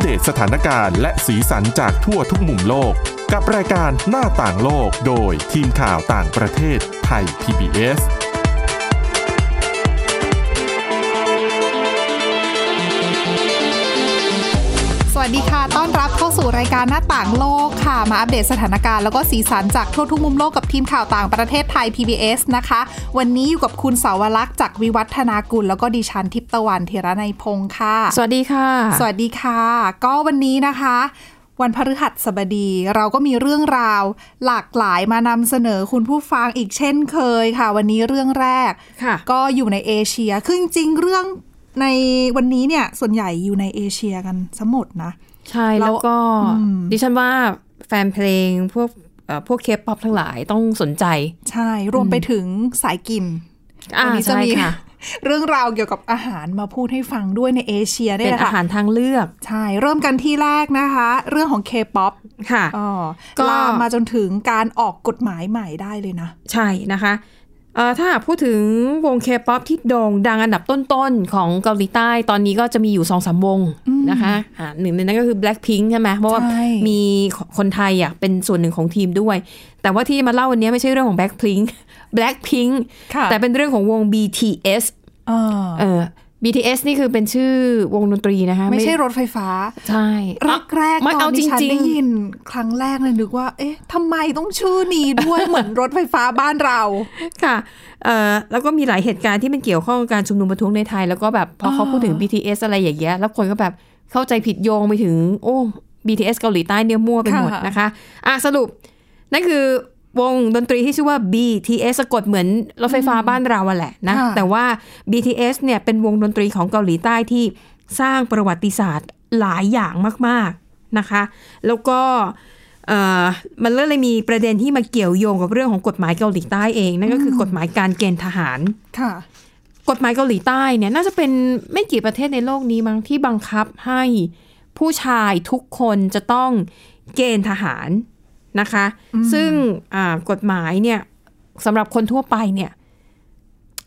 เดตสถานการณ์และสีสันจากทั่วทุกมุมโลก กับรายการหน้าต่างโลกโดยทีมข่าวต่างประเทศไทย PBS สวัสดีค่ะ ต้อนรับเข้าสู่รายการหน้าต่างโลกค่ะ มาอัปเดตสถานการณ์แล้วก็สีสันจากทั่วทุกมุมโลกกับทีมข่าวต่างประเทศไทย PBS นะคะ วันนี้อยู่กับคุณสาวรักษ์จากวิวัฒนากุล แล้วก็ดิฉันทิพย์ตะวันเทระในยพงค์ค่ะ สวัสดีค่ะ สวัสดีค่ะ ก็วันนี้นะคะ วันพฤหัสบดี เราก็มีเรื่องราว หลากหลายมานำเสนอคุณผู้ฟังอีกเช่นเคยค่ะ วันนี้เรื่องแรก ค่ะ ก็อยู่ในเอเชียคือจริงๆเรื่องในวันนี้เนี่ยส่วนใหญ่อยู่ในเอเชียกันสมหมดนะ ใช่แล้วก็ อืม ดิฉันว่าแฟนเพลงพวกเอ่อพวกเคป๊อปทั้งหลายต้องสนใจ ใช่ รวมไปถึงสายกิน อ่า วันี้จะ ใช่ มี ค่ะ เรื่องราวเกี่ยวกับอาหารมาพูดให้ฟังด้วยในเอเชียเนี่ เป็ ย น แหละค่ะอาหารทางเลือก ใช่เริ่มกันที่แรกนะคะ เรื่องของเคป๊อป ค่ะ อ๋อ ก็ ลามมาจนถึงการออกกฎหมายใหม่ได้เลยนะ ใช่นะคะเอ่อถ้าหากพูดถึงวงเคป๊อปที่โด่งดังอันดับต้นๆ ของเกาหลีใต้ตอนนี้ก็จะมีอยู่สองสามวงนะคะอ่าหนึ่งในนั้นก็คือ Blackpink ใช่ไหมเพราะว่า ใช่ มีคนไทยอ่ะเป็นส่วนหนึ่งของทีมด้วย แต่ว่าที่มาเล่าวันนี้ไม่ใช่เรื่องของ Blackpink Blackpink ค่ะ แต่เป็นเรื่องของวง BTS เออ เออ BTS นี่คือเป็นชื่อวงดนตรีนะคะ ไม่ใช่รถไฟฟ้า ใช่ แร อ่ะ กแรกๆ ไม่ ตอ เอา นที่ฉัน จริงๆ ได้ยินครั้งแรกเลยนึกว่า เอ๊ะทำไมต้องชื่อนี้ด้วย เหมือนรถไฟฟ้าบ้านเรา ค่ะเอ่อแล้วก็มีหลายเหตุการณ์ที่มันเกี่ยวข้องกับการชุมนุมประท้วงในไทย แล้วก็แบบพอเขา อ่า พูดถึง BTS อะไรอย่างเงี้ยแล้วคนก็แบบเข้าใจผิดโยงไปถึง โอ้ BTS เกาหลีใต้เนี่ยมั่วไปหมดนะคะอ่ะสรุป นั่นคือวงดนตรีที่ชื่อว่า BTS สะกดเหมือนรถไฟฟ้าบ้านเราอะแหละนะ ค่ะ แต่ว่า BTS เนี่ยเป็นวงดนตรีของเกาหลีใต้ที่สร้างประวัติศาสตร์หลายอย่างมาก ๆนะคะ แล้วก็เอ่อมันเลยมีประเด็นที่มาเกี่ยวโยงกับเรื่องของกฎหมายเกาหลีใต้เอง นั่นก็คือกฎหมายการเกณฑ์ทหาร ค่ะ กฎหมายเกาหลีใต้เนี่ยน่าจะเป็นไม่กี่ประเทศในโลกนี้มั้งที่บังคับให้ผู้ชายทุกคนจะต้องเกณฑ์ทหารนะคะ ซึ่งอ่ากฎหมายเนี่ยสำหรับคนทั่วไปเนี่ย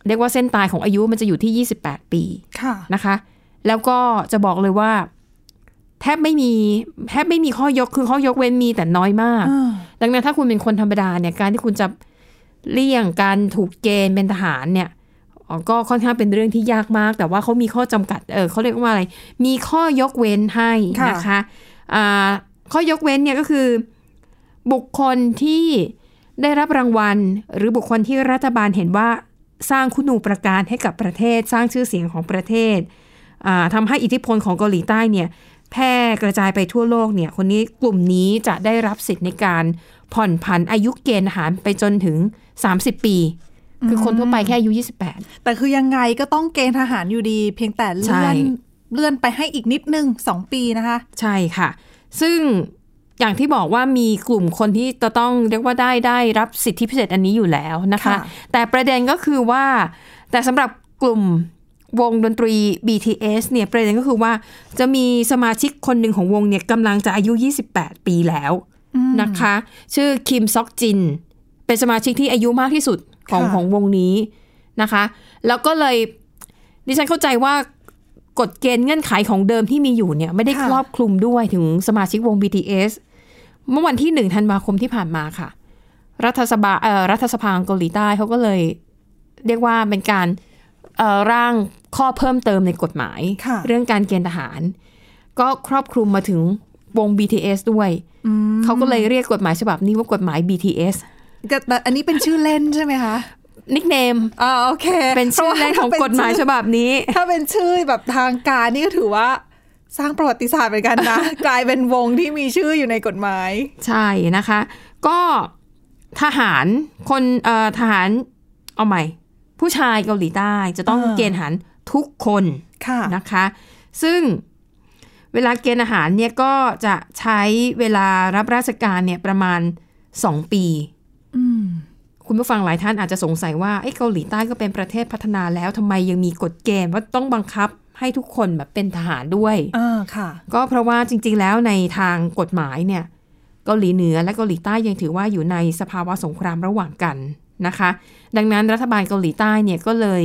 เรียกว่าเส้นตายของอายุมันจะอยู่ที่ 28 ปี ค่ะ นะคะ แล้วก็จะบอกเลยว่า แทบไม่มีแทบไม่มีข้อยกคือข้อยกเว้นมีแต่น้อยมาก อ่า ดังนั้นถ้าคุณเป็นคนธรรมดาเนี่ยการที่คุณจะเลี่ยงการถูกเกณฑ์เป็นทหารเนี่ยอ๋อก็ค่อนข้างเป็นเรื่องที่ยากมาก แต่ว่าเขามีข้อจำกัดเออเขาเรียกว่าอะไร มีข้อยกเว้นให้นะคะอ่าข้อยกเว้นเนี่ยก็คือ บุคคลที่ได้รับรางวัล หรือบุคคลที่รัฐบาลเห็นว่าสร้างคุณูปการให้กับประเทศ สร้างชื่อเสียงของประเทศอ่าทำให้อิทธิพลของเกาหลีใต้เนี่ย แพร่กระจายไปทั่วโลกเนี่ยคนนี้กลุ่มนี้จะได้รับสิทธิ์ในการผ่อนผันอายุเกณฑ์ทหารไปจนถึง 30 ปี คือคนทั่วไปแค่อายุ 28 แต่คือยังไงก็ต้องเกณฑ์ทหารอยู่ดี เพียงแต่เลื่อน ใช่ เลื่อนไปให้อีกนิดนึงสองปีนะคะ ใช่ค่ะ ซึ่งอย่างที่บอกว่ามีกลุ่มคนที่จะต้องเรียกว่าได้ได้รับสิทธิพิเศษอันนี้อยู่แล้วนะคะ ค่ะ แต่ประเด็นก็คือว่า แต่สำหรับกลุ่มวงดนตรี BTS เนี่ยประเด็นก็คือว่าจะมีสมาชิกคนหนึ่งของวงเนี่ยกำลังจะอายุ 28 ปีแล้ว นะคะ ชื่อคิมซอกจิน เป็นสมาชิกที่อายุมากที่สุดของ ค่ะ ของวงนี้นะคะ แล้วก็เลยดิฉันเข้าใจว่ากฎเกณฑ์เงื่อนไขของเดิมที่มีอยู่เนี่ยไม่ได้ ค่ะ ครอบคลุมด้วยถึงสมาชิกวง BTS เมื่อวันที่หนึ่งธันวาคมที่ผ่านมาค่ะ รัฐสภาเอ่อรัฐสภาของเกาหลีใต้เขาก็เลยเรียกว่าเป็นการเอ่อร่างข้อเพิ่มเติมในกฎหมาย ค่ะ เรื่องการเกณฑ์ทหาร ก็ครอบคลุมมาถึงวง BTS ด้วย เขาก็เลยเรียกกฎหมายฉบับนี้ว่ากฎหมาย BTS ก็แต่อันนี้เป็นชื่อเล่นใช่ไหมคะ นิกเนม อ่าโอเค เป็นชื่อเล่นของกฎหมายฉบับนี้ ถ้าเป็นชื่อแบบทางการนี่ก็ถือว่า สร้างประวัติศาสตร์เหมือนกัน นะ กลายเป็นวงที่มีชื่ออยู่ในกฎหมาย ใช่นะคะ ก็ทหารคนเอ่อทหารเอาใหม่ ผู้ชายเกาหลีใต้จะต้อง อ่า เกณฑ์ทหารทุกคน ค่ะ นะคะ ซึ่งเวลาเกณฑ์อาหารเนี่ยก็จะใช้เวลารับราชการเนี่ยประมาณ 2 ปี อืม คุณผู้ฟังหลายท่านอาจจะสงสัยว่าเอ้เกาหลีใต้ก็เป็นประเทศพัฒนาแล้วทำไมยังมีกฎเกณฑ์ว่าต้องบังคับให้ทุกคนแบบเป็นทหารด้วย อ่า ค่ะ ก็เพราะว่าจริง ๆ แล้วในทางกฎหมายเนี่ยเกาหลีเหนือและเกาหลีใต้ยังถือว่าอยู่ในสภาวะสงครามระหว่างกันนะคะ ดังนั้นรัฐบาลเกาหลีใต้เนี่ยก็เลย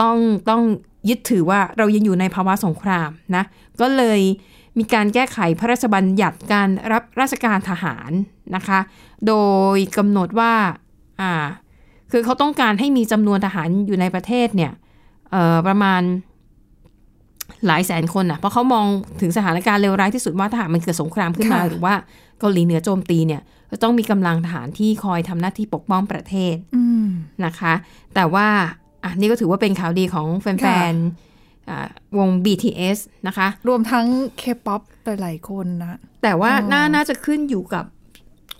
ต้องต้อง ยึดถือว่าเรายังอยู่ในภาวะสงครามนะ ก็เลยมีการแก้ไขพระราชบัญญัติการรับราชการทหารนะคะ โดยกำหนดว่าอ่า คือเขาต้องการให้มีจำนวนทหารอยู่ในประเทศเนี่ยเอ่อประมาณหลายแสนคนนะเพราะเขามองถึงสถานการณ์เลวร้ายที่สุดว่าทหารมันเกิดสงครามขึ้นมา ค่ะ หรือว่าเกาหลีเหนือโจมตีเนี่ยก็ต้องมีกำลังทหารที่คอยทำหน้าที่ปกป้องประเทศ อืม นะคะ แต่ว่าอ่ะนี่ก็ถือว่าเป็นข่าวดีของแฟ ค่ะ นๆอ่าวง BTS นะคะ รวมทั้งเคป๊อปหลายๆคนนะ แต่ว่า อ๋อ น่าน่าจะขึ้นอยู่กับ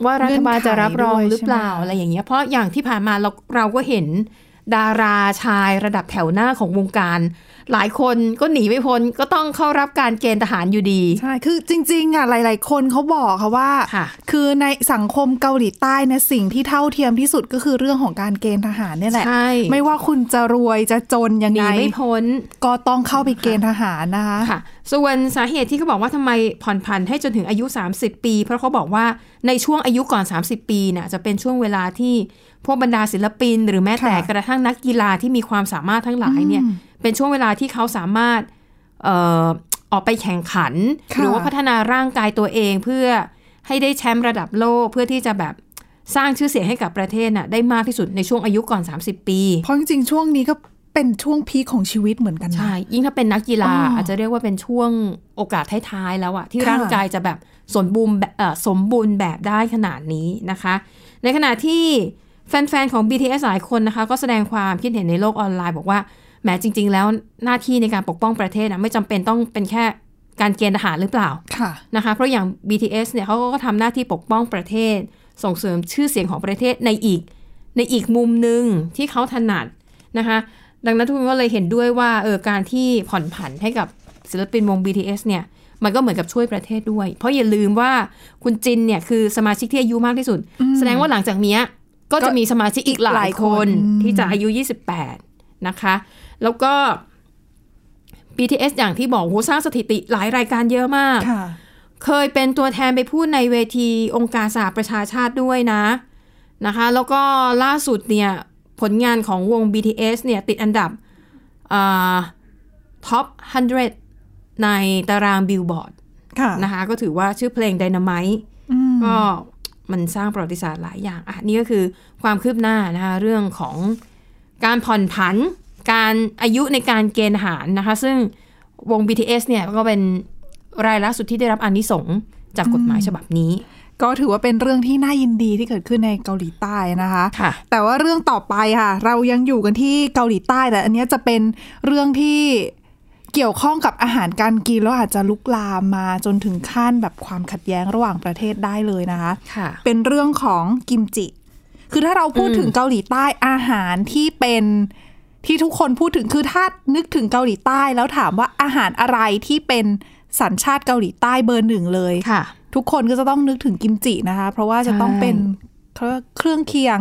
ว่ารัฐบาลจะรับรองหรือเปล่า เงื่อนไขด้วยใช่ไหม อะไรอย่างเงี้ยเพราะอย่างที่ผ่านมาเราเราก็เห็นดาราชายระดับแถวหน้าของวงการ หลายคนก็หนีไม่พ้นก็ต้องเข้ารับการเกณฑ์ทหารอยู่ดี ใช่ คือจริงๆอ่ะหลาย ๆ คนเขาบอกค่ะว่า ค่ะ คือในสังคมเกาหลีใต้เนะสิ่งที่เท่าเทียมที่สุดก็คือเรื่องของการเกณฑ์ทหารเนี่ยแหละ ใช่ ไม่ว่าคุณจะรวยจะจนยัง หนี ไง ไม่พ้น ก็ต้องเข้าไปเกณฑ์ทหารนะคะ ค่ะส่วนสาเหตุที่เขาบอกว่าทำไมผ่อนผันให้จนถึงอายุ 30 ปี เพราะเขาบอกว่าในช่วงอายุก่อน 30 ปีเนี่ยจะเป็นช่วงเวลาที่พวกบรรดาศิลปิน หรือแม้แต่ ค่ะ กระทั่งนักกีฬาที่มีความสามารถทั้งหลายเนี่ย อืม เป็นช่วงเวลาที่เขาสามารถเอ่อออกไปแข่งขัน ค่ะ หรือว่าพัฒนาร่างกายตัวเองเพื่อให้ได้แชมป์ระดับโลกเพื่อที่จะแบบสร้างชื่อเสียงให้กับประเทศน่ะได้มากที่สุดในช่วงอายุก่อน 30 ปี เพราะจริงๆ ช่วงนี้ก็เป็นช่วงพีคของชีวิตเหมือนกันนะ ใช่ ยิ่งถ้าเป็นนักกีฬา อ๋ออ อาจจะเรียกว่าเป็นช่วงโอกาสท้ายๆแล้วอะที่ ค่ะ ร่างกายจะแบบสมบูรณ์แบบเอ่อสมบูรณ์แบบได้ขนาดนี้นะคะ ในขณะที่แฟนๆ ของ BTS หลายคนนะคะ ก็แสดงความคิดเห็นในโลกออนไลน์ บอกว่าแหมจริง ๆ แล้วหน้าที่ในการปกป้องประเทศนะไม่จำเป็นต้องเป็นแค่การเกณฑ์ทหารหรือเปล่า ค่ะ นะคะเพราะอย่าง BTS เนี่ยเขาก็ทำหน้าที่ปกป้องประเทศ ส่งเสริมชื่อเสียงของประเทศในอีก ในอีกมุมหนึ่งที่เขาถนัดนะคะ ดังนั้นทุกคนก็เลยเห็นด้วยว่าเออการที่ผ่อนผันให้กับศิลปินวง BTS เนี่ยมันก็เหมือนกับช่วยประเทศด้วย เพราะอย่าลืมว่าคุณจินเนี่ยคือสมาชิกที่อายุมากที่สุด แสดงว่าหลังจากเนี้ยก็ ก็ จะมีสมาชิกอีกห ห ลา ลาย ย ค คน น ที่จะอายุ 28 นะคะ แล้วก็ BTS อย่างที่บอกโหสร้างสถิติหลายรายการเยอะมาก ค่ะ เคยเป็นตัวแทนไปพูดในเวทีองค์การสหประชาชาติด้วยนะนะคะ แล้วก็ล่าสุดเนี่ย ผลงานของวง BTS เนี่ย ติดอันดับท็อป 100 ในตารางบิลบอร์ด ค่ะ นะคะ ก็ถือว่าชื่อเพลง Dynamite อืม ก็มันสร้างประวัติศาสตร์หลายอย่างอ่ะนี่ก็คือความคืบหน้านะคะเรื่องของการผ่อนผันการอายุในการเกณฑ์ทหารนะคะ ซึ่งวง BTS เนี่ยก็เป็นรายล่าสุดที่ได้รับอานิสงส์จากกฎหมายฉบับนี้ ก็ถือว่าเป็นเรื่องที่น่ายินดีที่เกิดขึ้นในเกาหลีใต้นะคะ ค่ะ แต่ว่าเรื่องต่อไปค่ะ เรายังอยู่กันที่เกาหลีใต้แต่อันเนี้ยจะเป็นเรื่องที่เกี่ยวข้องกับอาหารการกินแล้วอาจจะลุกลามมาจนถึงขั้นแบบความขัดแย้งระหว่างประเทศได้เลยนะคะ ค่ะ เป็นเรื่องของกิมจิ คือถ้าเราพูด อืม ถึงเกาหลีใต้อาหารที่เป็นที่ทุกคนพูดถึงคือถ้านึกถึงเกาหลีใต้แล้วถามว่าอาหารอะไรที่เป็นสัญชาติเกาหลีใต้เบอร์หนึ่งเลย ค่ะ ทุกคนก็จะต้องนึกถึงกิมจินะคะ เพราะว่าจะต้องเป็นเครื่องเครื่องเคียง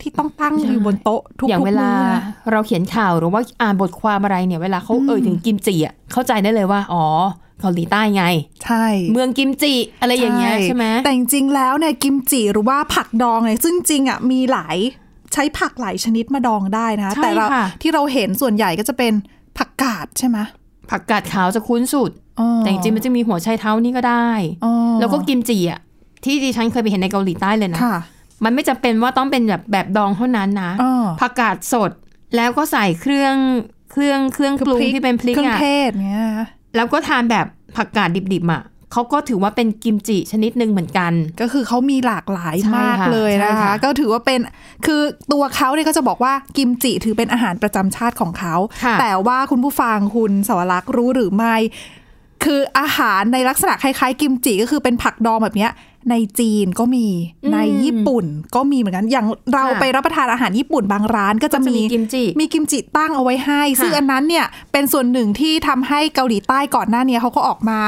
ที่ต้องตั้ง ใช่ อยู่บนโต๊ะทุกๆ อย่างเวลา มื้อนะ เราเขียนข่าวหรือว่าอ่านบทความอะไรเนี่ยเวลาเขาเอ่ยถึงกิมจิอ่ะเข้าใจได้เลยว่า อ๋อเกาหลีใต้ไง ใช่ เมืองกิมจิอะไรอย่างเงี้ยใช่ไหม แต่จริงๆแล้วเนี่ยกิมจิหรือว่าผักดองเนี่ยซึ่งจริงๆอ่ะมีหลายใช้ผักหลายชนิดมาดองได้นะคะ ใช่ แต่เรา ค่ะ ที่เราเห็นส่วนใหญ่ก็จะเป็นผักกาดใช่ไหม ผักกาดขาวจะคุ้นสุด อ๋อ แต่จริงๆมันจะมีหัวไชเท้านี่ก็ได้ อ๋อ แล้วก็กิมจิอ่ะที่ดิฉันเคยไปเห็นในเกาหลีใต้เลยนะ ค่ะ มันไม่จำเป็นว่าต้องเป็นแบบแบบดองเท่านั้นนะ อ่า ผักกาดสดแล้วก็ใส่เครื่องเครื่องเครื่องปรุงที่เป็นพริก เครื่อง อ่ะ เทศเนี่ยนะคะ แล้วก็ทานแบบผักกาดดิบๆอ่ะเขาก็ถือว่าเป็นกิมจิชนิดหนึ่งเหมือนกัน ก็คือเขามีหลากหลาย ใช่ค่ะ มากเลยนะ ใช่ คะ ค่ะ ก็ถือว่าเป็นคือตัวเขาเนี่ยก็จะบอกว่ากิมจิถือเป็นอาหารประจำชาติของเขา ค่ะ แต่ว่าคุณผู้ฟังคุณสวรักษ์รู้หรือไม่ คืออาหารในลักษณะคล้ายๆ กิมจิก็คือเป็นผักดองแบบเนี้ย ในจีนก็มี อืม ในญี่ปุ่นก็มีเหมือนกันอย่างเรา ค่ะ ไปรับประทานอาหารญี่ปุ่นบางร้านก็จะมี กิมจิ มีกิมจิตั้งเอาไว้ให้ ค่ะ ซึ่งอันนั้นเนี่ยเป็นส่วนหนึ่งที่ทำให้เกาหลีใต้ก่อนหน้าเนี้ยเขาก็ออกมา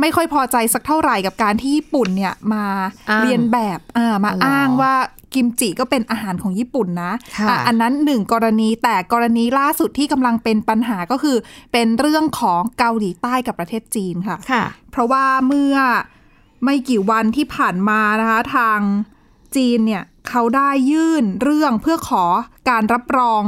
ไม่ค่อยพอใจสักเท่าไหร่กับการที่ญี่ปุ่นเนี่ยมา อ้าง เรียนแบบอ่ามา อ๋อ อ้างว่ากิมจิก็เป็นอาหารของญี่ปุ่นนะ ค่ะ อ่ะอันนั้นหนึ่งกรณีแต่กรณีล่าสุดที่กำลังเป็นปัญหาก็คือ เป็นเรื่องของเกาหลีใต้กับประเทศจีนค่ะ ค่ะ เพราะว่าเมื่อไม่กี่วันที่ผ่านมานะคะ ทางจีนเนี่ย เขาได้ยื่นเรื่องเพื่อขอการรับรอง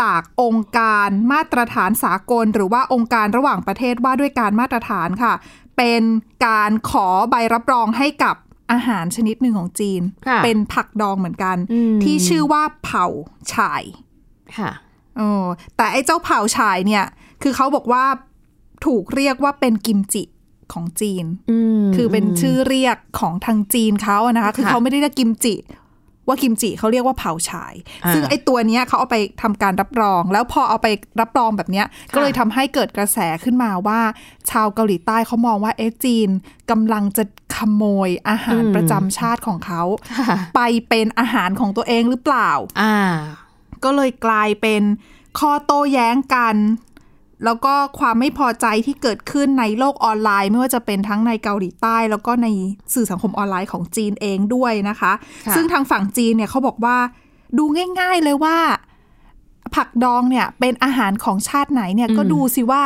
จากองค์การมาตรฐานสากล หรือว่าองค์การระหว่างประเทศว่าด้วยการมาตรฐานค่ะ เป็นการขอใบรับรองให้กับอาหารชนิดหนึ่งของจีน ค่ะ เป็นผักดองเหมือนกัน อืม ที่ชื่อว่าเผาฉ่าย ค่ะ เออแต่ไอ้เจ้าเผาฉ่ายเนี่ย คือเขาบอกว่าถูกเรียกว่าเป็นกิมจิของจีน อืม คือเป็นชื่อเรียกของทางจีนเขาอะนะคะ คือ ค่ะ เขาไม่ได้เรียกกิมจิ ว่ากิมจิเขาเรียกว่าเผาฉาย อ่า ซึ่งไอ้ตัวเนี้ยเขาเอาไปทำการรับรอง แล้วพอเอาไปรับรองแบบเนี้ย ก็เลยทำให้เกิดกระแสขึ้นมาว่า ชาวเกาหลีใต้เขามองว่าเอะจีนกำลังจะขโมยอาหาร อืม ประจำชาติของเขา ค่ะ ไปเป็นอาหารของตัวเองหรือเปล่า อ่า ก็เลยกลายเป็นข้อโต้แย้งกัน แล้วก็ความไม่พอใจที่เกิดขึ้นในโลกออนไลน์ ไม่ว่าจะเป็นทั้งในเกาหลีใต้ แล้วก็ในสื่อสังคมออนไลน์ของจีนเองด้วยนะคะ ค่ะ ซึ่งทางฝั่งจีนเนี่ยเขาบอกว่าดูง่าย ๆเลยว่า ผักดองเนี่ยเป็นอาหารของชาติไหนเนี่ยก็ดูสิว่า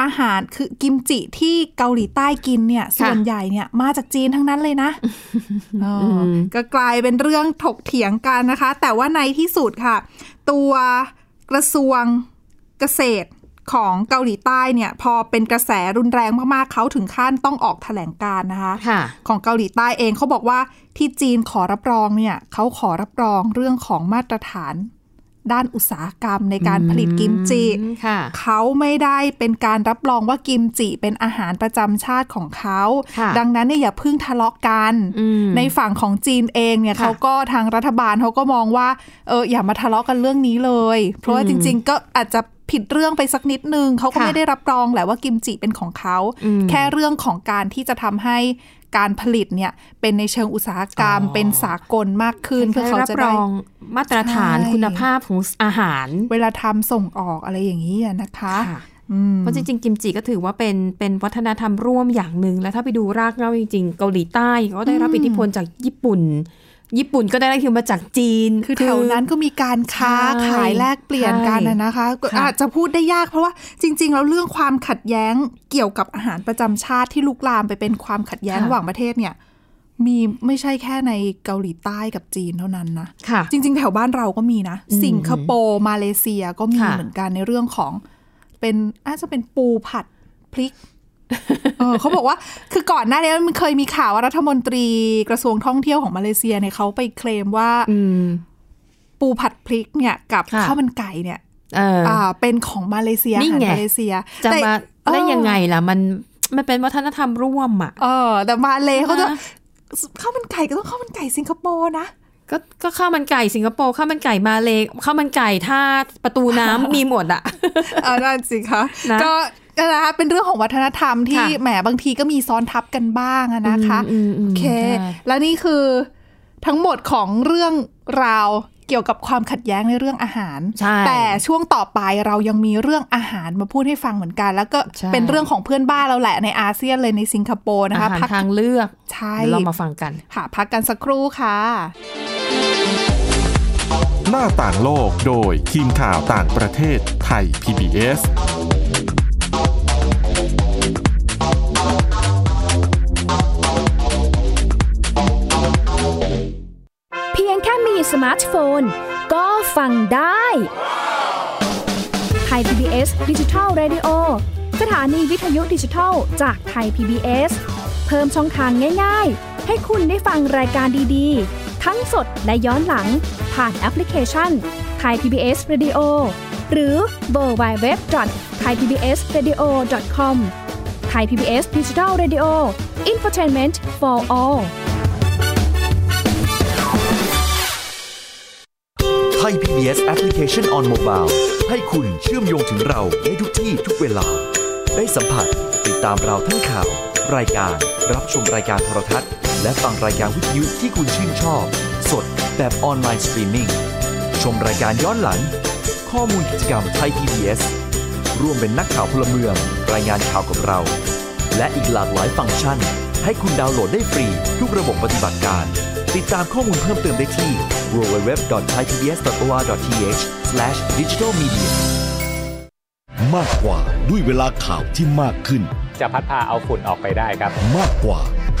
อาหารคือกิมจิที่เกาหลีใต้กินเนี่ยส่วนใหญ่เนี่ยมาจากจีนทั้งนั้นเลยนะ เอออก็กลายเป็นเรื่องถกเถียงกันนะคะ แต่ว่าในที่สุดค่ะ ตัวกระทรวงเกษตรของเกาหลีใต้เนี่ย พอเป็นกระแสรุนแรงมากๆ เขาถึงขั้นต้องออกแถลงการณ์นะคะ ค่ะ ของเกาหลีใต้เองเขาบอกว่าที่จีนขอรับรองเนี่ยเขาขอรับรองเรื่องของมาตรฐาน ด้านอุตสาหกรรมในการผลิตกิมจิ อืมค่ะ เขาไม่ได้เป็นการรับรองว่ากิมจิเป็นอาหารประจำชาติของเขา ค่ะ ดังนั้นเนี่ยอย่าเพิ่งทะเลาะกัน อืม ในฝั่งของจีนเองเนี่ย ค่ะ เขาก็ทางรัฐบาลเขาก็มองว่าเอออย่ามาทะเลาะกันเรื่องนี้เลย เพราะว่า อืม จริง ๆ ก็อาจจะผิดเรื่องไปสักนิดนึงเขาก็ ค่ะ ไม่ได้รับรองแหละว่ากิมจิเป็นของเขา อืม แค่เรื่องของการที่จะทำให้การผลิตเนี่ยเป็นในเชิงอุตสาหกรรม อ๋อ เป็นสากลมากขึ้นเพื่อเขา รับ จะ ร ได้ องมาตรฐาน ใช่ คุณภาพของอาหาร เวลาทำส่งออกอะไรอย่างนี้อะนะคะ ค่ะ อืม เพราะจริงๆกิมจิก็ถือว่าเป็นเป็นวัฒนธรรมร่วมอย่างหนึ่ง แล้วถ้าไปดูรากเหง้าจริงๆ เกาหลีใต้ก็ได้รับ อืม อิทธิพลจากญี่ปุ่น ญี่ปุ่นก็ได้รับอิทธิพลมาจากจีน คือแถวนั้นก็มีการค้า ใช่ ขายแลกเปลี่ยนกันน่ะนะคะก็ ค่ะ อาจจะพูดได้ยากเพราะว่าจริง ๆ แล้วเรื่องความขัดแย้งเกี่ยวกับอาหารประจำชาติที่ลุกลามไปเป็นความขัดแย้ง ค่ะ ระหว่างประเทศเนี่ย มีไม่ใช่แค่ในเกาหลีใต้กับจีนเท่านั้นนะ ค่ะ จริง ๆ แถวบ้านเราก็มีนะ อืม สิงคโปร์มาเลเซียก็มี ค่ะ เหมือนกันในเรื่องของ เป็นอาจจะเป็นปูผัดพริก เออเขาบอกว่าคือก่อนหน้านี้มันเคยมีข่าวว่ารัฐมนตรีกระทรวงท่องเที่ยวของมาเลเซียเนี่ยเขาไปเคลมว่า อืม ปูผัดพริกเนี่ยกับ ค่ะ ข้าวมันไก่เนี่ย เออ อ่าเป็นของมาเลเซีย นี่ อาหาร ไง มาเลเซีย จะ แต่ มา เออ ได้ยังไงล่ะ มันมันเป็นวัฒนธรรมร่วมอ่ะ เออ แต่มาเลเขาจะ อ่าฮะ ข้าวมันไก่ก็ต้องข้าวมันไก่สิงคโปร์นะ ก็ก็ข้าวมันไก่สิงคโปร์ข้าวมันไก่มาเลข้าวมันไก่ท่าประตูน้ำ มีหมดอ่ะ เออนั่นสิคะ นะ ก็นะคะเป็นเรื่องของวัฒนธรรมที่ ค่ะ แหมบางทีก็มีซ้อนทับกันบ้างอะนะคะ อืมม โอเค ใช่ แล้วนี่คือทั้งหมดของเรื่องราวเกี่ยวกับความขัดแย้งในเรื่องอาหาร ใช่ แต่ช่วงต่อไปเรายังมีเรื่องอาหารมาพูดให้ฟังเหมือนกัน แล้วก็ ใช่ เป็นเรื่องของเพื่อนบ้านเราแหละในอาเซียนเลยในสิงคโปร์นะ อา คะ หาร พัก ทางเลือก ใช่ เดี๋ยวเรามาฟังกัน ค่ะ พักกันสักครู่ค่ะ หน้าต่างโลกโดยทีมข่าวต่างประเทศไทย PBS เพียงแค่มีสมาร์ทโฟน ก็ฟังได้ไทย PBS ดิจิทัล Radio สถานีวิทยุดิจิทัลจากไทย PBS เพิ่มช่องทางง่ายๆ ให้คุณได้ฟังรายการดีๆ ทั้งสดและย้อนหลัง ผ่านแอปพลิเคชันไทย PBS Radio หรือเวอร์ไบเว็บจอดไทยพีบีเอสเรดิโอคอมไทยพีบีเอสดิจิทัลเรดิโออินฟอร์ทนเมนต์ for all ไทย PBS Application on Mobile ให้คุณเชื่อมโยงถึงเราในทุกที่ทุกเวลา ได้สัมผัสติดตามเราทั้งข่าว รายการ รับชมรายการโทรทัศน์ และฟังรายการวิทยุที่คุณชื่นชอบ สดแบบออนไลน์สตรีมมิ่งชมรายการย้อนหลัง ข้อมูลกิจกรรมไทย PBS ร่วมเป็นนักข่าวพลเมือง รายงานข่าวกับเรา และอีกหลากหลายฟังก์ชัน ให้คุณดาวน์โหลดได้ฟรี ทุกระบบปฏิบัติการ ติดตามข้อมูลเพิ่มเติมได้ที่ www.thaipbs.or.th/digitalmedia มากกว่าด้วยเวลาข่าวที่มากขึ้น จะพัดพาเอาฝุ่นออกไปได้ครับ มากกว่าใ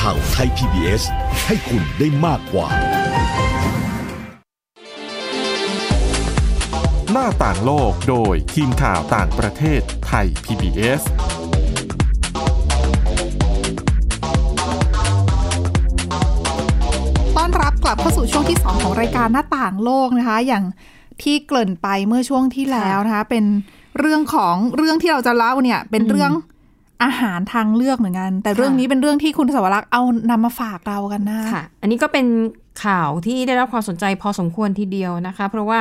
ข่าวไทย PBS ให้คุณได้มากกว่า หน้าต่างโลกโดยทีมข่าวต่างประเทศไทย PBS ต้อนรับกลับเข้าสู่ช่วงที่ 2 ของรายการหน้าต่างโลกนะคะ อย่างที่เกริ่นไปเมื่อช่วงที่แล้วนะคะ เป็นเรื่องของเรื่องที่เราจะเล่าเนี่ย เป็นเรื่องอาหารทางเลือกเหมือนกัน แต่เรื่องนี้เป็นเรื่องที่คุณสวรักษ์เอานำมาฝากเรากันนะ ค่ะ อันนี้ก็เป็นข่าวที่ได้รับความสนใจพอสมควรทีเดียวนะคะ เพราะว่า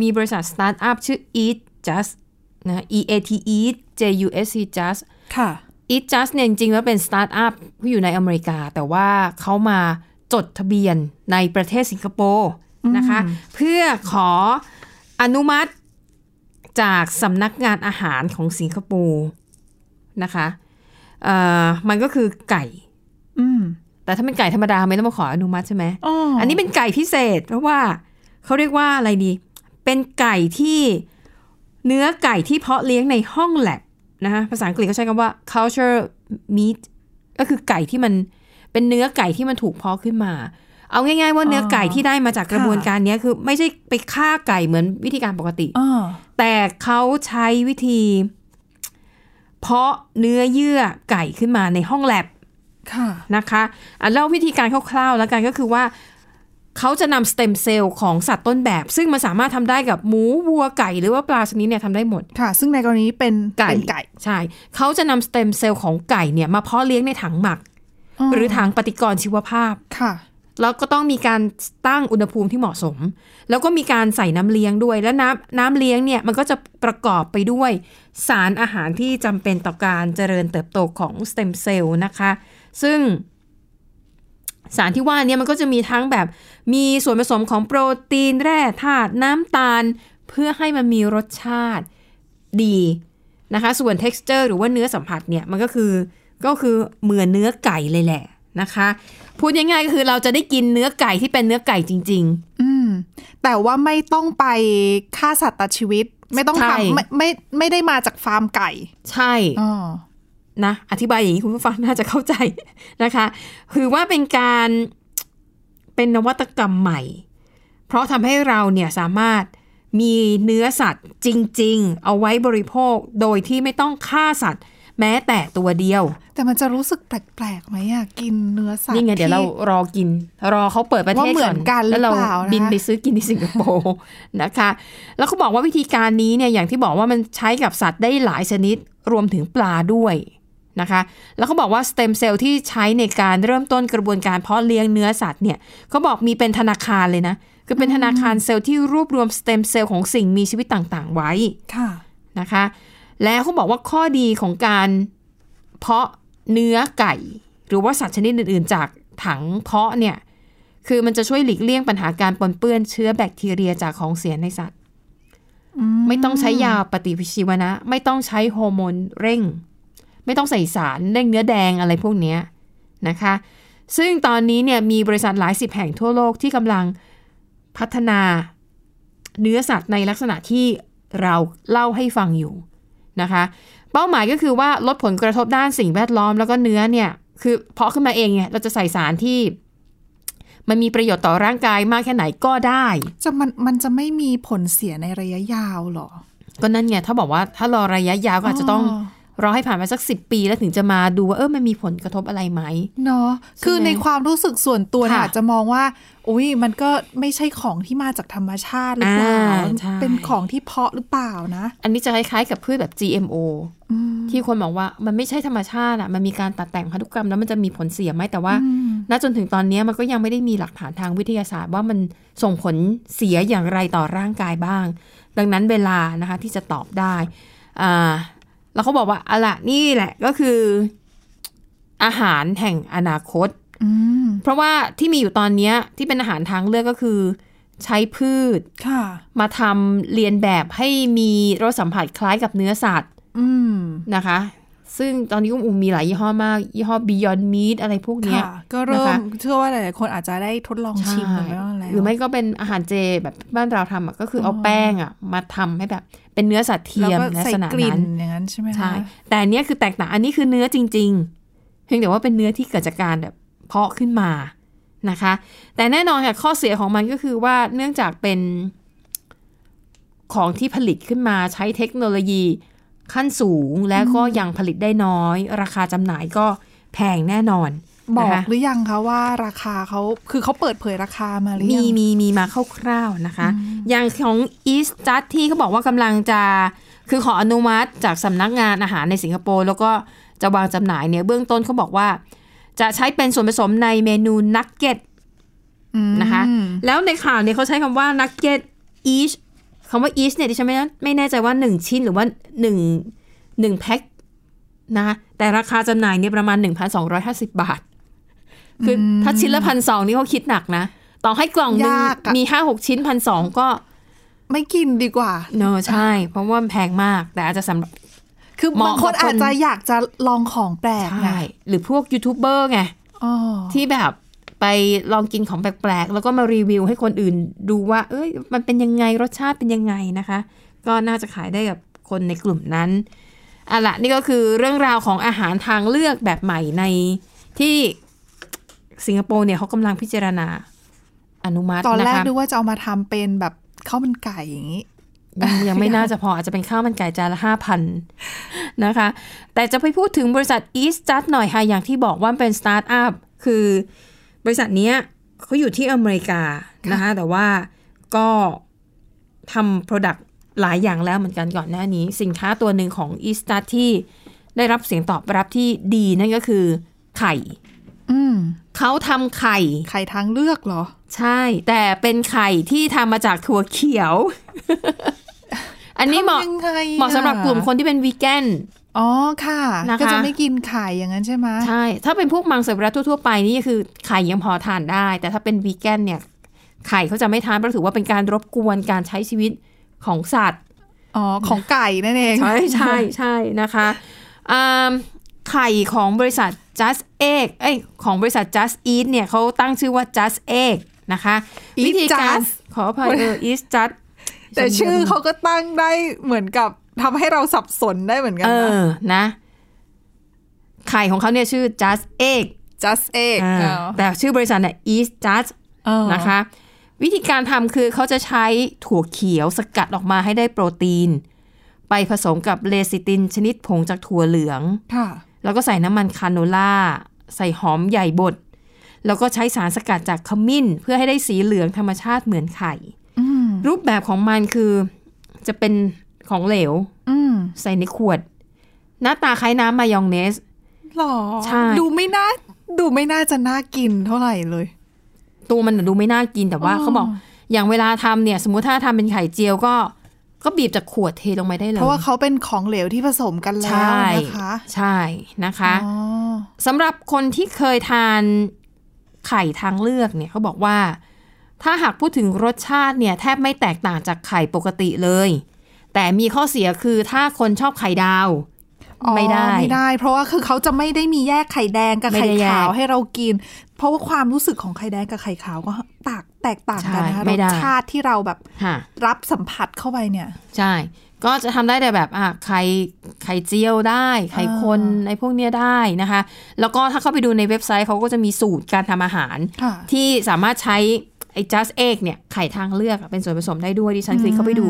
มีบริษัทสตาร์ทอัพชื่อ Eat Just นะ E A T Eat J U S C Just ค่ะ Eat Just เนี่ยจริงๆแล้วเป็นสตาร์ทอัพที่อยู่ในอเมริกา แต่ว่าเขามาจดทะเบียนในประเทศสิงคโปร์นะคะ เพื่อขออนุมัติจากสำนักงานอาหารของสิงคโปร์นะคะเอ่อมันก็คือไก่ อืม แต่ถ้าเป็นไก่ธรรมดาไม่ต้องมาขออนุมัติใช่ไหม อ๋ออั อันนี้เป็นไก่พิเศษ เพราะว่าเขาเรียกว่าอะไรดี เป็นไก่ที่เนื้อไก่ที่เพาะเลี้ยงในห้องแลบนะคะภาษาอังกฤษเขาใช้คำว่า culture meat ก็คือไก่ที่มันเป็นเนื้อไก่ที่มันถูกเพาะขึ้นมา เอาง่ายๆว่าเนื้อไก่ที่ได้มาจากกระบวนการเนี้ยคือไม่ใช่ไปฆ่าไก่เหมือนวิธีการปกติ อ๋อ แต่เขาใช้วิธีเพาะเนื้อเยื่อไก่ขึ้นมาในห้องแลบ ค่ะ นะคะอ่ะเล่าวิธีการคร่าวๆแล้วกันก็คือว่า เขาจะนำสเต็มเซลล์ของสัตว์ต้นแบบ ซึ่งมันสามารถทำได้กับหมูวัวไก่ หรือว่าปลาชนิดเนี่ยทำได้หมด ค่ะ ซึ่งในกรณีนี้เป็นเป็นไก่ ใช่เขาจะนำสเต็มเซลล์ของไก่เนี่ยมาเพาะเลี้ยงในถังหมัก อ๋อ หรือถังปฏิกรณ์ชีวภาพ ค่ะ แล้วก็ต้องมีการตั้งอุณหภูมิที่เหมาะสม แล้วก็มีการใส่น้ำเลี้ยงด้วย และน้ำน้ำเลี้ยงเนี่ยมันก็จะประกอบไปด้วย สารอาหารที่จำเป็นต่อการเจริญเติบโตของสเต็มเซลล์นะคะ ซึ่งสารที่ว่าเนี่ยมันก็จะมีทั้งแบบมีส่วนผสมของโปรตีนแร่ธาตุน้ำตาล เพื่อให้มันมีรสชาติดีนะคะ ส่วน texture หรือว่าเนื้อสัมผัสเนี่ยมันก็คือก็คือเหมือนเนื้อไก่เลยแหละนะคะ พูดง่ายๆก็คือเราจะได้กินเนื้อไก่ที่เป็นเนื้อไก่จริง อืม แต่ว่าไม่ต้องไปฆ่าสัตว์ตัดชีวิต ไม่ต้อง ใช่ ทำไม่ไม่ไม่ได้มาจากฟาร์มไก่ ๆ ใช่ อ๋อ นะอธิบายอย่างนี้คุณผู้ฟังน่าจะเข้าใจ นะคะ คือว่าเป็นการเป็นนวัตกรรมใหม่ เพราะทำให้เราเนี่ยสามารถมีเนื้อสัตว์จริง ๆ เอาไว้บริโภคโดยที่ไม่ต้องฆ่าสัตว์แม้แต่ตัวเดียว แต่มันจะรู้สึกแปลกๆไหมอะกินเนื้อสัตว์ นี่ไงเดี๋ยวเรา ที่ รอกิน รอเขาเปิดประเทศ ว่าเหมือนกันหรือ แล้วเรา เปล่านะ บินไปซื้อกินที่สิงคโปร์ นะคะ แล้วเขาบอกว่าวิธีการนี้เนี่ยอย่างที่บอกว่ามันใช้กับสัตว์ได้หลายชนิดรวมถึงปลาด้วยนะคะ แล้วเขาบอกว่าสเต็มเซลล์ที่ใช้ในการเริ่มต้นกระบวนการเพาะเลี้ยงเนื้อสัตว์เนี่ยเขาบอกมีเป็นธนาคารเลยนะคือเป็นธนาคารเซลล์ที่รวบรวมสเต็มเซลล์ของสิ่งมีชีวิตต่างๆ ไว้ ค่ะ นะคะแล้วเขาบอกว่าข้อดีของการเพาะเนื้อไก่ หรือว่าสัตว์ชนิดอื่นๆ จากถังเพาะเนี่ยคือมันจะช่วยหลีกเลี่ยงปัญหาการปนเปื้อนเชื้อแบคทีเรียจากของเสียในสัตว์ ไม่ต้องใช้ยาปฏิชีวนะ ไม่ต้องใช้ฮอร์โมนเร่ง ไม่ต้องใส่สารเร่งเนื้อแดงอะไรพวกเนี้ยนะคะ ซึ่งตอนนี้เนี่ยมีบริษัทหลายสิบแห่งทั่วโลกที่กำลังพัฒนา เนื้อสัตว์ในลักษณะที่เราเล่าให้ฟังอยู่นะคะ เป้าหมายก็คือว่าลดผลกระทบด้านสิ่งแวดล้อมแล้วก็เนื้อเนี่ย คือเพาะขึ้นมาเองเนี่ยเราจะใส่สารที่ มันมีประโยชน์ต่อร่างกายมากแค่ไหนก็ได้ จะมันมันจะไม่มีผลเสียในระยะยาวเหรอ ก็นั่นไงถ้าบอกว่าถ้ารอระยะยาวก็อาจจะต้อง อ๋อ รอให้ผ่านไปสักสิปีแล้วถึงจะมาดูว่าเออมันมีผลกระทบอะไรไหม เนาะคือในความรู้สึกส่วนตัวเนี่ย ค่ะ อาจจะมองว่า อุ้ยมันก็ไม่ใช่ของที่มาจากธรรมชาติหรือเปล่า อ่าใช่ เป็นของที่เพาะหรือเปล่านะ อันนี้จะคล้ายๆกับพืชแบบ GMO ที่คนบอกว่ามันไม่ใช่ธรรมชาติอ่ะ มันมีการตัดแต่งพันธุกรรมแล้วมันจะมีผลเสียไหมแต่ว่า ณ จนถึงตอนนี้มันก็ยังไม่ได้มีหลักฐานทางวิทยาศาสตร์ ว่ามันส่งผลเสียอย่างไรต่อร่างกายบ้าง ดังนั้นเวลานะคะที่จะตอบได้อ่าแล้วเขาบอกว่าอะล่ะนี่แหละก็คืออาหารแห่งอนาคต อืม เพราะว่าที่มีอยู่ตอนเนี้ยที่เป็นอาหารทางเลือกก็คือ ใช้พืช ค่ะ มาทำเรียนแบบให้มีรสสัมผัสคล้ายกับเนื้อสัตว์ อืม นะคะ ซึ่งตอนนี้ก็มีหลายยี่ห้อมาก ยี่ห้อ Beyond Meat อะไรพวกเนี้ย ค่ะ ก็เริ่มนะคะ เชื่อว่าหลายๆคนอาจจะได้ทดลองชิมกันบ้างแล้ว หรือไม่ก็เป็นอาหารเจแบบบ้านเราทำอ่ะก็คืออเอาแป้งอ่ะมาทำให้แบบเป็นเนื้อสัตว์เทียม แล้วก็ ลัก ใส่ ษณะ กลิ่น นั้น อย่างนั้นใช่ไหมคะ ใช่แต่อันเนี้ยคือแตกต่างอันนี้คือเนื้อจริง ๆ เพียงแต่ว่าเป็นเนื้อที่เกิดจากการแบบเพาะขึ้นมานะคะ แต่แน่นอนค่ะข้อเสียของมันก็คือว่าเนื่องจากเป็นของที่ผลิตขึ้นมาใช้เทคโนโลยีขั้นสูงและก็ยังผลิตได้น้อย ราคาจำหน่ายก็แพงแน่นอน บอ นะ ก คะ หรือยังคะว่าราคาเขาคือเขาเปิดเผยราคามาหรือยั มี ง มีมีมาคร่าวๆนะคะ อย่างของอีสจัดที่เขาบอกว่ากำลังจะคือขออนุมัติจากสำนักงานอาหารในสิงคโปร์แล้วก็จะวางจำหน่ายเนี่ยเบื้องต้นเขาบอกว่า จะใช้เป็นส่วนผสมในเมนูนักเก็ตนะคะ แล้วในข่าวเนี่ยเขาใช้คำว่านักเก็ตอีชคำว่าอีชเนี่ยดิฉันไม่แน่ไม่แน่ใจว่า 1 ชิ้นหรือว่า1 1แพ็คนะคะแต่ราคาจำหน่ายเนี่ยประมาณ 1,250 บาท คืออถ้าชิ้นละพันสองนี่เขาคิดหนักนะ ต่อให้กล่องหนึง ยากอะ มีห้าหกชิ้นพันสองก็ ไม่กินดีกว่า เนอะใช่ เพราะว่ามันแพงมาก แต่อาจจะสำหรับ คือ เหมาะ บางคน กับคน อาจจะอยากจะลองของแปลกไง ใช่หรือพวกยูทูบเบอร์ไง อ๋อ ที่แบบไปลองกินของแปลกๆ แล้วก็มารีวิวให้คนอื่นดูว่า เอ้ย มันเป็นยังไงรสชาติเป็นยังไงนะคะ ก็น่าจะขายได้กับคนในกลุ่มนั้นอ่ะละนี่ก็คือเรื่องราวของอาหารทางเลือกแบบใหม่ในที่สิงคโปร์เนี่ยเขากำลังพิจารณาอนุมัติ ตอนแรก นะคะ ดูว่าจะเอามาทำเป็นแบบข้าวมันไก่อย่างนี้ ยังยังไม่น่าจะพออาจจะเป็นข้าวมันไก่จานละห้าพันนะคะ แต่จะไปพูดถึงบริษัท East Just หน่อยค่ะ อย่างที่บอกว่าเป็นสตาร์ทอัพคือบริษัทเนี้ยเขาอยู่ที่อเมริกานะคะ แต่ว่าก็ทำ Product หลายอย่างแล้วเหมือนกันก่อนหน้านี้ สินค้าตัวหนึ่งของ East Just ที่ได้รับเสียงตอบรับที่ดีนั่นก็คือไข่ อืม เขาทำไข่ ไข่ทางเลือกเหรอ ใช่ แต่เป็นไข่ที่ทำมาจากถั่วเขียว อันนี้เหมาะ ทำยังไงอะ เหมาะสำหรับกลุ่มคนที่เป็นวีแกน อ๋อค่ะ นะคะ ก็จะไม่กินไข่อย่างนั้นใช่ไหม ใช่ ถ้าเป็นพวกมังสวิรัตทั่วๆไปนี่คือไข่ยังพอทานได้ แต่ถ้าเป็นวีแกนเนี่ย ไข่เขาจะไม่ทานเพราะถือว่าเป็นการรบกวนการใช้ชีวิตของสัตว์ อ๋อของไก่นั่นเอง ใช่ใช่ใช่นะคะอ่าไข่ของบริษัท just egg เอ้ยของบริษัท just eat เนี่ยเขาตั้งชื่อว่า just egg นะคะ วิธีการขออภัยเออ eat just แต่ชื่อเขาก็ตั้งได้เหมือนกับทำให้เราสับสนได้เหมือนกัน เอ นะ อ นะ ไข่ของเขาเนี่ยชื่อ just egg just egg อ่า เอา แต่ชื่อบริษัทเนี่ย east just เออ นะคะ วิธีการทำคือเขาจะใช้ถั่วเขียวสกัดออกมาให้ได้โปรตีน ไปผสมกับเลซิตินชนิดผงจากถั่วเหลือง ค่ะ แล้วก็ใส่น้ำมันคาโนล่า ใส่หอมใหญ่บด แล้วก็ใช้สารสกัดจากขมิ้น เพื่อให้ได้สีเหลืองธรรมชาติเหมือนไข่ อืม รูปแบบของมันคือจะเป็นของเหลว อืม ใส่ในขวด หน้าตาคล้ายน้ำมายองเนส หรอ ใช่ ดูไม่น่าดูไม่น่าจะน่ากินเท่าไหร่เลย ตัวมันน่ะดูไม่น่ากินแต่ว่า อ๋อ เขาบอกอย่างเวลาทำเนี่ย สมมติถ้าทำเป็นไข่เจียวก็ก็บีบจากขวดเทลงไปได้เลย เพราะว่าเขาเป็นของเหลวที่ผสมกันแล้ ใช่ วนะคะ ใช่นะคะ อ๋อ สำหรับคนที่เคยทานไข่ทางเลือกเนี่ยเขาบอกว่า ถ้าหากพูดถึงรสชาติเนี่ยแทบไม่แตกต่างจากไข่ปกติเลย แต่มีข้อเสียคือถ้าคนชอบไข่ดาว อ๋อ ไม่ได้ ไม่ได้ เพราะว่าคือเขาจะไม่ได้มีแยกไข่แดงกับ ไม่ ไข่ ได้แยก ขาวให้เรากิน เพราะว่าความรู้สึกของไข่แดงกับไข่ขาวก็ตากแตกต่างกันนะคะ ใช่รไม่ส ได้ ชาติที่เราแบบ ค่ะ รับสัมผัสเข้าไปเนี่ย ใช่ ก็จะทำได้แต่แบบอ่ะไข่ไข่เจียวได้ ไข่คนในพวกเนี้ยได้นะคะ แล้วก็ถ้าเข้าไปดูในเว็บไซต์เขาก็จะมีสูตรการทำอาหาร ค่ะ ที่สามารถใช้ไอ้ just egg เนี่ยไข่ทางเลือกอะเป็นส่วนผสมได้ด้วยดิฉันเคยเข้าไปดู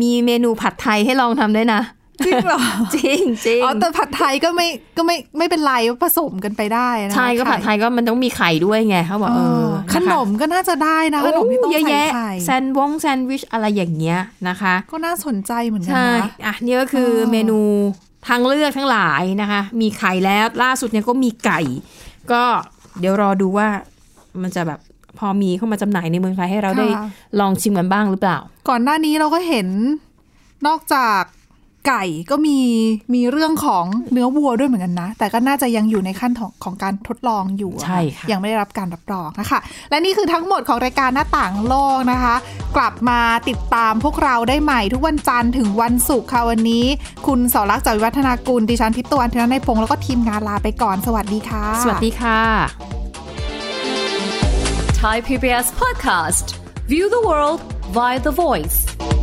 มีเมนูผัดไทยให้ลองทำด้วยนะ จริงเหรอ จริงจริง อ๋อแต่ผัดไทยก็ไม่ก็ไม่ไม่เป็นไรผสมกันไปได้นะคะ ใช่ก็ผัดไทยก็มันต้องมีไข่ด้วยไงเขาบอก เอ เออ อ นะคะ ขนมก็น่าจะได้นะขนมที่ต้อง โเยอะ ใส่ แยะ ไข่ แซนด์วงแซนด์วิชอะไรอย่างเงี้ยนะคะ ก็น่าสนใจเหมือนกัน ใช่ นะ อ่ะนี่ก็คืออ อ เมนูทางเลือกทั้งหลายนะคะ มีไข่แล้วล่าสุดเนี่ยก็มีไก่ ก็เดี๋ยวรอดูว่ามันจะแบบพอมีเข้ามาจำหน่ายในเมืองไทยให้เราได้ลองชิมกันบ้างหรือเปล่า ก่อนหน้านี้เราก็เห็นนอกจาก ไก่ก็มีมีเรื่องของเนื้อวัวด้วยเหมือนกันนะ แต่ก็น่าจะยังอยู่ในขั้นของของการทดลองอยู่อะ ใช่ค่ะ ยังไม่ได้รับการรับรองนะคะ และนี่คือทั้งหมดของรายการหน้าต่างโลกนะคะ กลับมาติดตามพวกเราได้ใหม่ทุกวันจันทร์ถึงวันศุกร์ค่ะวันนี้ คุณสรักษ์จากวิวัฒนากุลดิฉันทิพย์ตะวันธนในยพงศ์แล้วก็ทีมงานลาไปก่อนสวัสดีค่ะ สวัสดีค่ะ Thai PBS podcast. View the world via the voice.